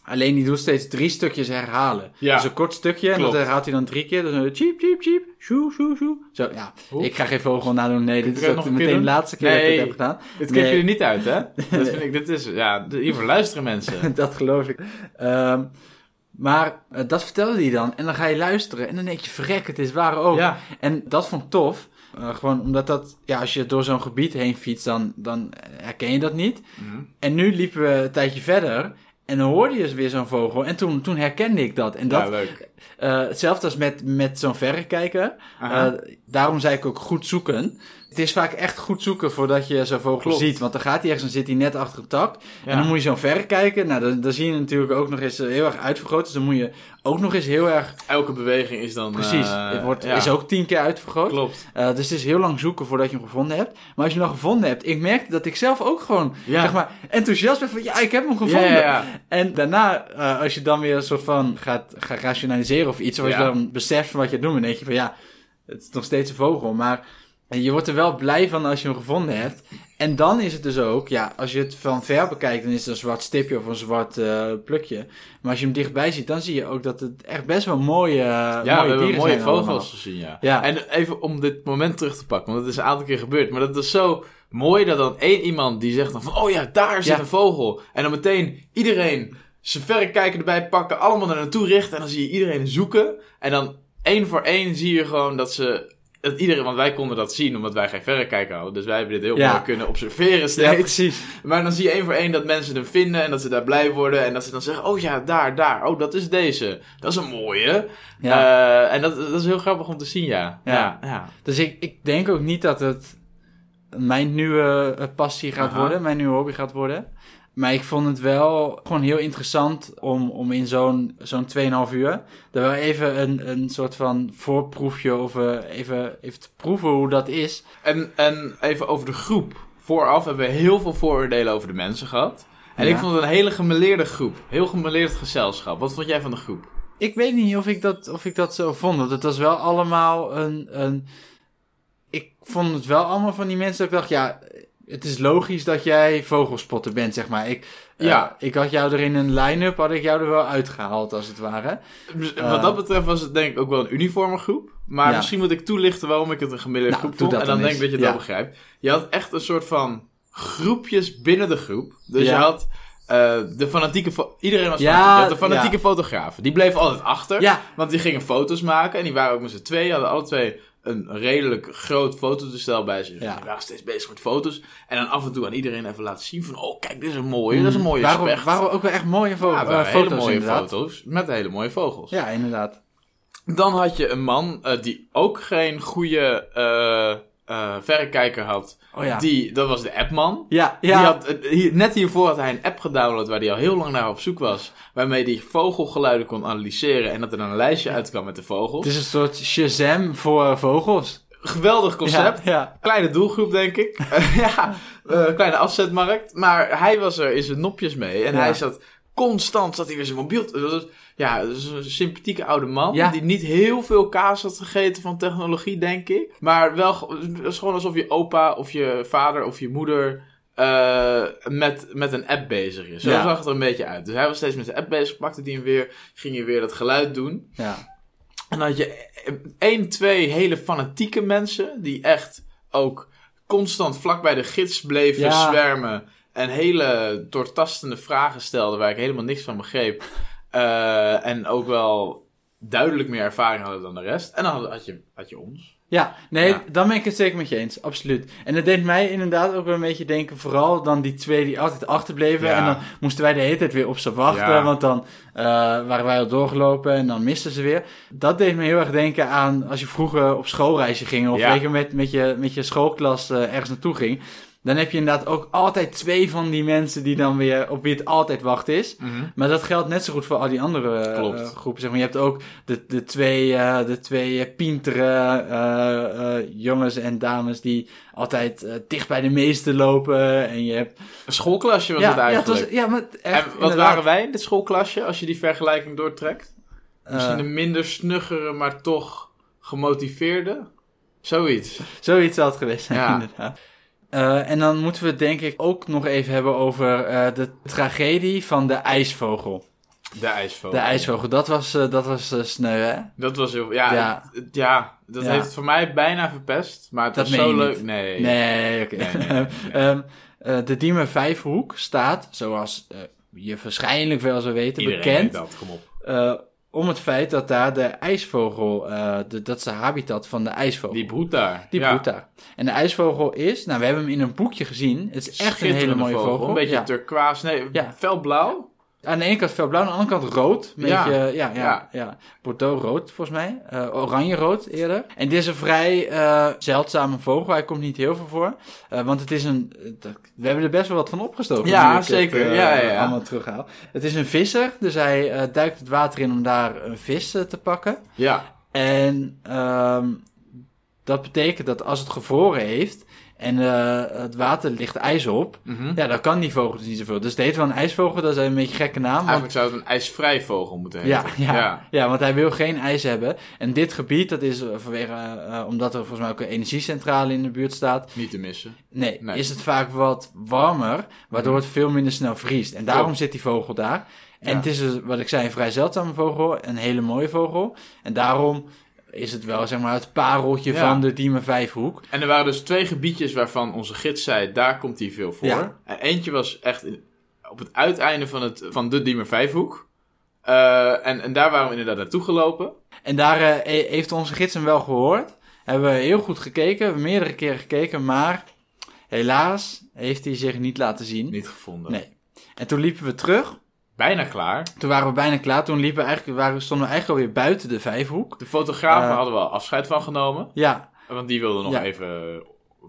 S2: Alleen die doet steeds drie stukjes herhalen.
S1: Ja.
S2: Dus een kort stukje en
S1: Klopt.
S2: dat herhaalt hij dan drie keer. Dus een cheep, cheep, cheep, shoe, shoe, shoe. Zo, ja.
S1: Oeh.
S2: Ik ga geen vogel nadoen. Nee, dit
S1: Kun
S2: is
S1: je het
S2: ook
S1: nog een keer
S2: meteen de
S1: doen?
S2: laatste keer dat ik
S1: Nee.
S2: het heb gedaan.
S1: Dit knip je
S2: nee.
S1: er niet uit, hè? Dat vind ik, dit is, ja, hiervoor luisteren mensen.
S2: dat geloof ik. Ehm, maar eh, dat vertelde hij dan. En dan ga je luisteren. En dan denk je, verrek, het is waar ook.
S1: Ja.
S2: En dat vond ik tof. Eh, gewoon omdat dat, ja, als je door zo'n gebied heen fietst, dan, dan herken je dat niet.
S1: Mhm.
S2: En nu liepen we een tijdje verder. En dan hoorde je dus weer zo'n vogel. En toen, toen herkende ik dat. En dat,
S1: Ja, leuk.
S2: eh, hetzelfde als met, met zo'n verrekijker.
S1: Aha.
S2: Eh, daarom zei ik ook goed zoeken. Het is vaak echt goed zoeken voordat je zo'n vogel
S1: Klopt.
S2: ziet. Want dan gaat hij ergens en zit hij net achter een tak. En
S1: Ja.
S2: dan moet je zo'n verrekijker. Nou, dan, dan zie je hem natuurlijk ook nog eens eh, heel erg uitvergroot. Dus dan moet je ook nog eens heel erg...
S1: Elke beweging is dan...
S2: Precies,
S1: eh,
S2: het wordt,
S1: ja.
S2: is ook tien keer uitvergroot.
S1: Klopt.
S2: Eh, dus het is heel lang zoeken voordat je hem gevonden hebt. Maar als je hem dan gevonden hebt... Ik merkte dat ik zelf ook gewoon
S1: Ja.
S2: zeg maar, enthousiast ben van... Ja, ik heb hem gevonden.
S1: Ja, ja, ja.
S2: En daarna, eh, als je dan weer een soort van gaat, gaat rationaliseren of iets, of als je
S1: Ja.
S2: dan beseft van wat je doet, dan denk je van ja, het is nog steeds een vogel, maar je wordt er wel blij van als je hem gevonden hebt. En dan is het dus ook, ja, als je het van ver bekijkt, dan is het een zwart stipje of een zwart eh, plukje. Maar als je hem dichtbij ziet, dan zie je ook dat het echt best wel mooie, ja,
S1: Ja,
S2: mooie
S1: we hebben
S2: dieren
S1: mooie
S2: zijn
S1: vogels
S2: allemaal.
S1: gezien, ja.
S2: Ja.
S1: En even om dit moment terug te pakken, want het is een aantal keer gebeurd. Maar dat is zo mooi dat dan één iemand die zegt dan van... Oh ja, daar zit
S2: Ja.
S1: een vogel. En dan meteen iedereen zijn verrekijker erbij pakken, allemaal naar naartoe richten. En dan zie je iedereen zoeken. En dan één voor één zie je gewoon dat ze... Dat iedereen, want wij konden dat zien omdat wij geen verrekijker hadden. Dus wij hebben dit heel
S2: Ja.
S1: mooi kunnen observeren
S2: Ja,
S1: steeds.
S2: precies.
S1: Maar dan zie je één voor één dat mensen hem vinden en dat ze daar blij worden. En dat ze dan zeggen, oh ja, daar, daar. Oh, dat is deze. Dat is een mooie.
S2: Ja.
S1: Eh, en dat, dat is heel grappig om te zien, ja.
S2: Ja.
S1: ja.
S2: Dus ik, ik denk ook niet dat het mijn nieuwe eh, passie gaat
S1: Aha.
S2: worden, mijn nieuwe hobby gaat worden. Maar ik vond het wel gewoon heel interessant om, om in zo'n zo'n 2,5 uur er wel even een, een soort van voorproefje of eh, even, even te proeven hoe dat is.
S1: En, en even over de groep. Vooraf hebben we heel veel vooroordelen over de mensen gehad. En
S2: Ja.
S1: ik vond het een hele gemeleerde groep. Heel gemeleerd gezelschap. Wat vond jij van de groep?
S2: Ik weet niet of ik dat, of ik dat zo vond, want het was wel allemaal een, een... Ik vond het wel allemaal van die mensen dat ik dacht, ja, het is logisch dat jij vogelspotter bent, zeg maar. Ik, eh,
S1: Ja.
S2: ik had jou er in een line-up, had ik jou er wel uitgehaald, als het ware. Eh.
S1: Dus Wat dat betreft was het denk ik ook wel een uniforme groep. Maar
S2: Ja.
S1: misschien moet ik toelichten waarom ik het een gemiddelde
S2: Nou,
S1: groep
S2: doe
S1: vond.
S2: dat
S1: En dan
S2: dan
S1: denk ik
S2: eens.
S1: dat je het
S2: Ja.
S1: wel begrijpt. Je had echt een soort van groepjes binnen de groep. Dus
S2: Ja.
S1: je had eh, de fanatieke... fo- Iedereen was
S2: Ja,
S1: fanatiek. Je had de fanatieke
S2: ja.
S1: fotografen. Die bleven altijd achter.
S2: Ja,
S1: Want die gingen foto's maken. En die waren ook met z'n tweeën. Hadden alle twee een redelijk groot fototoestel bij zich.
S2: Ja.
S1: Die waren steeds bezig met foto's. En dan af en toe aan iedereen even laten zien van... Oh, kijk, dit is een mooie. Dat is een mooie
S2: Hmm. waarom,
S1: specht.
S2: Waarom ook wel echt mooie vo-
S1: Ja,
S2: eh,
S1: het waren
S2: foto's,
S1: hele mooie
S2: inderdaad.
S1: foto's met hele mooie vogels.
S2: Ja, inderdaad.
S1: Dan had je een man eh, die ook geen goede eh, eh, verrekijker had.
S2: Oh ja.
S1: Die, dat was de appman.
S2: ja, ja.
S1: Die had, eh, hier- net hiervoor had hij een app gedownload waar hij al heel lang naar op zoek was. Waarmee hij vogelgeluiden kon analyseren en dat er dan een lijstje uitkwam met de vogels.
S2: Het is een soort Shazam voor eh, vogels.
S1: Geweldig concept.
S2: Ja, ja.
S1: Kleine doelgroep, denk ik. ja, eh, kleine afzetmarkt. Maar hij was er in zijn nopjes mee. En
S2: Ja.
S1: hij zat constant, zat hij weer zijn mobiel... te- dat was- Ja, dat is een sympathieke oude man.
S2: Ja.
S1: Die niet heel veel kaas had gegeten van technologie, denk ik. Maar wel, ge- het is gewoon alsof je opa of je vader of je moeder... eh, met, met een app bezig is. Zo
S2: Ja.
S1: zag het er een beetje uit. Dus hij was steeds met de app bezig, pakte die hem weer, ging hij weer dat geluid doen.
S2: Ja.
S1: En dan had je één, twee hele fanatieke mensen die echt ook constant vlak bij de gids bleven
S2: Ja.
S1: zwermen. een hele doortastende vragen stelde waar ik helemaal niks van begreep. Eh, en ook wel duidelijk meer ervaring hadden dan de rest. En dan had, had je, had je ons.
S2: Ja, nee,
S1: Ja.
S2: dan ben ik het zeker met je eens. Absoluut. En dat deed mij inderdaad ook wel een beetje denken, vooral dan die twee die altijd achterbleven.
S1: Ja.
S2: En dan moesten wij de hele tijd weer op ze wachten,
S1: Ja.
S2: want dan eh, waren wij al doorgelopen en dan misten ze weer. Dat deed me heel erg denken aan als je vroeger op schoolreisje ging of
S1: Ja.
S2: weet je, met, met je, met je schoolklas eh, ergens naartoe ging. Dan heb je inderdaad ook altijd twee van die mensen die dan weer, op wie het altijd wacht is. Maar dat geldt net zo goed voor al die andere eh,
S1: Klopt.
S2: eh, groepen. Zeg maar. Je hebt ook de, de twee, eh, de twee eh, pientere eh, eh, jongens en dames die altijd eh, dicht bij de meesten lopen. En je hebt...
S1: Een schoolklasje was
S2: ja,
S1: het eigenlijk.
S2: Ja, het was, ja, maar het-
S1: en
S2: echt,
S1: wat
S2: inderdaad.
S1: waren wij in dit schoolklasje, als je die vergelijking doortrekt? Misschien
S2: Eh,
S1: een minder snuggere, maar toch gemotiveerde? Zoiets.
S2: Zoiets zal het geweest zijn,
S1: Ja.
S2: inderdaad. Eh, en dan moeten we het denk ik ook nog even hebben over eh, de tragedie van de ijsvogel.
S1: De ijsvogel.
S2: De ijsvogel, dat was, eh, dat was eh, sneu, hè?
S1: Dat was heel... Ja,
S2: Ja.
S1: het- het- ja dat
S2: Ja.
S1: heeft het voor mij bijna verpest. Maar het
S2: Dat
S1: was
S2: meen
S1: zo
S2: je
S1: leuk.
S2: niet.
S1: Nee.
S2: Nee, oké.
S1: Nee, nee, nee, nee.
S2: Ehm, eh, de Diemen Vijfhoek staat, zoals eh, je waarschijnlijk wel zou weten,
S1: Iedereen
S2: bekend
S1: weet dat, kom op.
S2: eh, om het feit dat daar de ijsvogel, eh, de, dat is de habitat van de ijsvogel.
S1: Die broed daar.
S2: Die
S1: Ja.
S2: broedt daar. En de ijsvogel is, nou we hebben hem in een boekje gezien, het is echt een hele
S1: Schitterende
S2: mooie vogel.
S1: Een beetje
S2: Ja.
S1: turquoise. Nee,
S2: Ja.
S1: felblauw.
S2: Aan de ene kant felblauw, aan de andere kant rood. Een
S1: Ja.
S2: beetje, ja, ja, ja.
S1: Ja.
S2: Bordeaux-rood volgens mij. Eh, Oranje-rood eerder. En dit is een vrij eh, zeldzame vogel. Hij komt niet heel veel voor. Eh, want het is een... dat- we hebben er best wel wat van opgestoken.
S1: Ja,
S2: nu ik
S1: zeker.
S2: Het, eh,
S1: Ja, ja, ja.
S2: Allemaal terughaal. Het is een visser. Dus hij eh, duikt het water in om daar een vis eh, te pakken.
S1: Ja.
S2: En ehm, dat betekent dat als het gevroren heeft... En eh, het water ligt ijs op.
S1: Mhm.
S2: Ja, dan kan die vogel dus niet zoveel. Dus het heet wel een ijsvogel. Dat is een beetje een gekke naam. want-
S1: Eigenlijk zou het een ijsvrij vogel moeten heten.
S2: ja, ja, ja. want hij wil geen ijs hebben. En dit gebied, dat is eh, vanwege, eh, eh, omdat er volgens mij ook een energiecentrale in de buurt staat.
S1: Niet te missen.
S2: Nee,
S1: Nee. Mm.
S2: is het vaak wat warmer, waardoor het veel minder snel vriest. En daarom zit die vogel daar. En
S1: Ja.
S2: het is, dus, wat ik zei, een vrij zeldzame vogel, een hele mooie vogel. En daarom is het wel, zeg maar, het pareltje
S1: Ja.
S2: van de Diemen Vijfhoek.
S1: En er waren dus twee gebiedjes waarvan onze gids zei, daar komt hij veel voor.
S2: Ja.
S1: En eentje was echt in- op het uiteinde van, het, van de Diemer Vijfhoek. Eh, en, en daar waren we inderdaad naartoe gelopen.
S2: En daar eh, he- heeft onze gids hem wel gehoord. Hebben we heel goed gekeken, meerdere keren gekeken, maar helaas heeft hij zich niet laten zien.
S1: Niet gevonden.
S2: Nee. En toen liepen we terug.
S1: Bijna klaar.
S2: Toen waren we bijna klaar. Toen liepen we eigenlijk, waren, stonden we eigenlijk alweer buiten de vijfhoek.
S1: De fotograaf
S2: Eh.
S1: hadden we al afscheid van genomen.
S2: Ja,
S1: Want die wilde nog
S2: Ja.
S1: even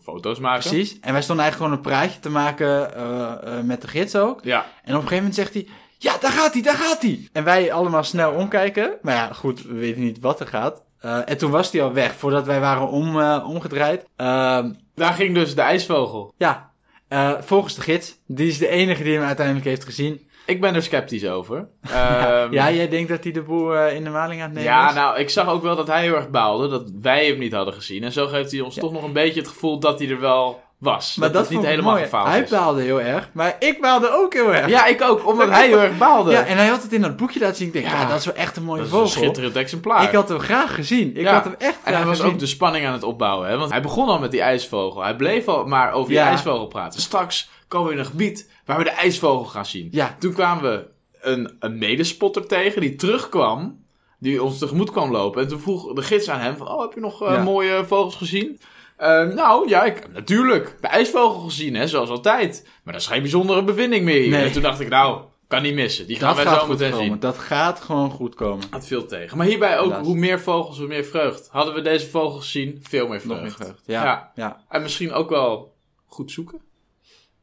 S1: foto's maken.
S2: precies. En wij stonden eigenlijk gewoon een praatje te maken eh, eh, met de gids ook.
S1: Ja,
S2: En op een gegeven moment zegt hij... Ja, daar gaat hij, daar gaat hij! En wij allemaal snel omkijken. Maar ja, goed, we weten niet wat er gaat. Eh, en toen was hij al weg, voordat wij waren om, eh, omgedraaid. Ehm,
S1: daar ging dus de ijsvogel.
S2: ja, Eh, volgens de gids. Die is de enige die hem uiteindelijk heeft gezien.
S1: Ik ben er sceptisch over. Ehm,
S2: ja, jij denkt dat hij de boel eh, in de maling aan het nemen
S1: ja,
S2: is?
S1: nou, ik zag ook wel dat hij heel erg baalde dat wij hem niet hadden gezien. En zo geeft hij ons
S2: Ja.
S1: toch nog een beetje het gevoel dat hij er wel was.
S2: Maar dat,
S1: het niet
S2: vond ik
S1: helemaal
S2: mooi.
S1: gefaald
S2: Hij
S1: is.
S2: baalde heel erg, maar ik baalde ook heel erg.
S1: Ja, ik ook, omdat
S2: Dat
S1: hij
S2: ik-
S1: heel erg baalde.
S2: Ja, en hij had het in dat boekje laten zien. Ik denk, ja,
S1: Ja,
S2: dat is wel echt een mooie
S1: dat is een
S2: vogel.
S1: schitterend exemplaar.
S2: Ik had hem graag gezien. Ik
S1: Ja.
S2: had hem echt graag
S1: en hij was
S2: gezien.
S1: ook de spanning aan het opbouwen. Hè? Want hij begon al met die ijsvogel. Hij bleef al maar over die
S2: Ja.
S1: ijsvogel praten. Straks komen we in een gebied waar we de ijsvogel gaan zien.
S2: Ja,
S1: Toen kwamen we een, een medespotter tegen die terugkwam. Die ons tegemoet kwam lopen. En toen vroeg de gids aan hem van... Oh, heb je nog eh,
S2: Ja.
S1: mooie vogels gezien? Eh, nou, ja, ik, natuurlijk. De ijsvogel gezien, hè, zoals altijd. Maar dat is geen bijzondere bevinding meer hier.
S2: Nee.
S1: En toen dacht ik, nou, kan niet missen. Die gaan
S2: dat
S1: wij
S2: gaat
S1: zo
S2: goed
S1: meteen
S2: komen.
S1: zien.
S2: Dat gaat gewoon goed komen.
S1: Had veel tegen. Maar hierbij ook,
S2: Helaas.
S1: hoe meer vogels, hoe meer vreugd. Hadden we deze vogel gezien, veel meer
S2: Nog
S1: vreugd.
S2: meer vreugd. Ja, ja.
S1: Ja. En misschien ook wel goed zoeken.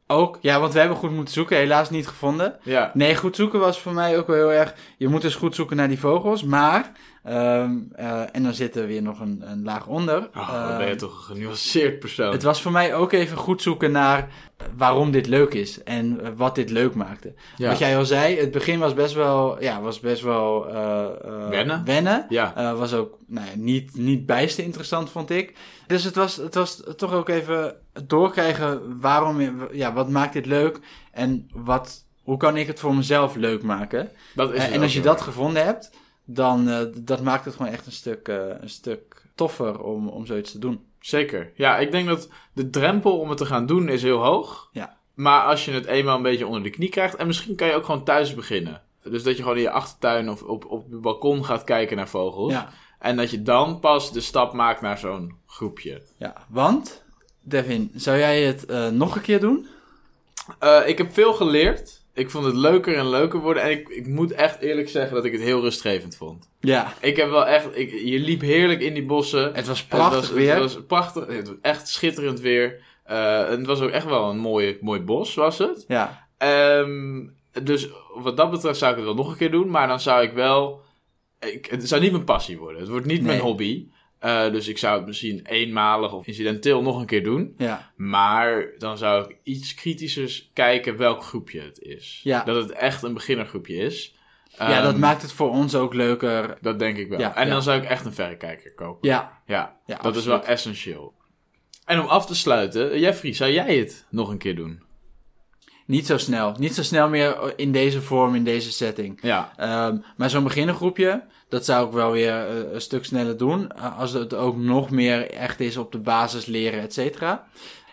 S2: Ook, ja, want we hebben goed moeten zoeken. Helaas niet gevonden.
S1: Ja.
S2: Nee, goed zoeken was voor mij ook wel heel erg... Je moet dus goed zoeken naar die vogels, maar... ehm, eh, en dan zit er weer nog een, een laag onder.
S1: Oh,
S2: Ehm,
S1: dan ben je toch een genuanceerd persoon.
S2: Het was voor mij ook even goed zoeken naar eh, waarom dit leuk is en eh, wat dit leuk maakte.
S1: Ja.
S2: Wat jij al zei, het begin was best wel, ja, was best wel eh, eh,
S1: Wennen. Ja.
S2: Eh, was ook nou, ja, niet, niet bijster interessant, vond ik. Dus het was, het was toch ook even doorkrijgen waarom, ja, wat maakt dit leuk en wat, hoe kan ik het voor mezelf leuk maken.
S1: Dat is
S2: Eh,
S1: het
S2: en
S1: ook
S2: als je
S1: heel
S2: dat gevonden hebt, dan eh, dat maakt het gewoon echt een stuk, eh, een stuk toffer om, om zoiets te doen.
S1: Zeker. Ja, ik denk dat de drempel om het te gaan doen is heel hoog.
S2: Ja.
S1: Maar als je het eenmaal een beetje onder de knie krijgt. En misschien kan je ook gewoon thuis beginnen. Dus dat je gewoon in je achtertuin of op, op het balkon gaat kijken naar vogels.
S2: Ja.
S1: En dat je dan pas de stap maakt naar zo'n groepje.
S2: ja. Want, Devin, zou jij het eh, nog een keer doen?
S1: Eh, ik heb veel geleerd. Ik vond het leuker en leuker worden. En ik, ik moet echt eerlijk zeggen dat ik het heel rustgevend vond.
S2: Ja.
S1: Ik heb wel echt. Ik, je liep heerlijk in die bossen.
S2: Het was prachtig
S1: het was,
S2: weer.
S1: Het was prachtig. Het was echt schitterend weer. Eh, en het was ook echt wel een mooi, mooi bos, was het.
S2: Ja.
S1: Ehm, dus wat dat betreft zou ik het wel nog een keer doen. Maar dan zou ik wel. Ik, het zou niet mijn passie worden. Het wordt niet
S2: Nee.
S1: mijn hobby. Eh, dus ik zou het misschien eenmalig of incidenteel nog een keer doen.
S2: Ja.
S1: Maar dan zou ik iets kritischer kijken welk groepje het is.
S2: Ja.
S1: Dat het echt een beginnergroepje is.
S2: ja, dat
S1: Ehm,
S2: maakt het voor ons ook leuker.
S1: Dat denk ik wel.
S2: Ja,
S1: en
S2: ja.
S1: dan zou ik echt een verrekijker kopen.
S2: Ja.
S1: Ja,
S2: ja
S1: dat is wel essentieel. En om af te sluiten, Jeffrey, zou jij het nog een keer doen?
S2: Niet zo snel. Niet zo snel meer in deze vorm, in deze setting.
S1: Ja,
S2: Ehm, maar zo'n beginnergroepje, dat zou ik wel weer eh, een stuk sneller doen. eh, als het ook nog meer echt is op de basis leren, et cetera.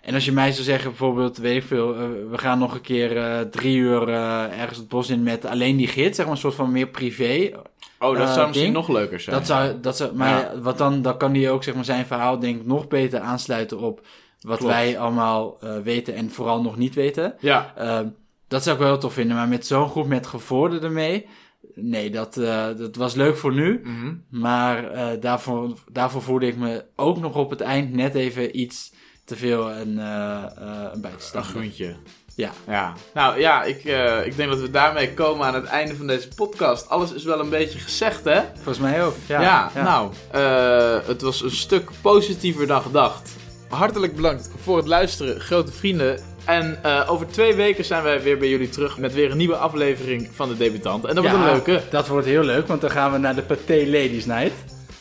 S2: En als je mij zou zeggen, bijvoorbeeld, weet ik veel, eh, we gaan nog een keer eh, drie uur eh, ergens het bos in met alleen die gids, zeg maar een soort van meer privé.
S1: oh, dat
S2: Eh,
S1: zou misschien
S2: ding.
S1: nog leuker zijn.
S2: Dat zou, dat zou, maar
S1: Ja.
S2: wat dan, dan kan die ook zeg maar, zijn verhaal denk ik nog beter aansluiten op wat
S1: Klopt.
S2: wij allemaal eh, weten en vooral nog niet weten.
S1: Ja,
S2: Ehm, dat zou ik wel heel tof vinden, maar met zo'n groep met gevorderden mee. Nee, dat, eh, dat was leuk voor nu.
S1: mhm.
S2: Maar eh, daarvoor, daarvoor voelde ik me ook nog op het eind net even iets te veel een, eh eh, een
S1: een
S2: buitenstander.
S1: groentje.
S2: Ja.
S1: Ja, nou ja, ik, eh, ik denk dat we daarmee komen aan het einde van deze podcast. Alles is wel een beetje gezegd, hè?
S2: Volgens mij ook. Ja,
S1: Ja, nou, eh, het was een stuk positiever dan gedacht. Hartelijk bedankt voor het luisteren, grote vrienden. En eh, over twee weken zijn wij weer bij jullie terug met weer een nieuwe aflevering van De Debutant. En dat wordt
S2: Ja,
S1: een leuke.
S2: Dat wordt heel leuk, want dan gaan we naar de Pathé Ladies Night.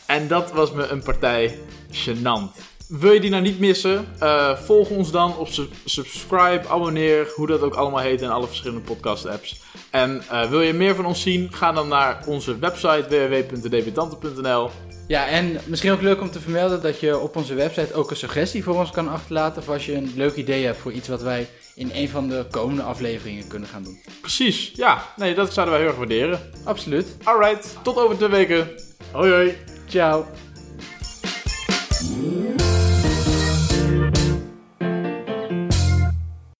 S1: En dat was me een partij gênant. Wil je die nou niet missen? Eh, volg ons dan op sub- subscribe, abonneer, hoe dat ook allemaal heet in alle verschillende podcast apps. En eh, wil je meer van ons zien? Ga dan naar onze website www.dedebutanten.nl
S2: Ja, en misschien ook leuk om te vermelden dat je op onze website ook een suggestie voor ons kan achterlaten. Of als je een leuk idee hebt voor iets wat wij in een van de komende afleveringen kunnen gaan doen.
S1: Precies, ja. Nee, dat zouden wij heel erg waarderen.
S2: Absoluut.
S1: Alright, tot over twee weken. Hoi hoi.
S2: Ciao.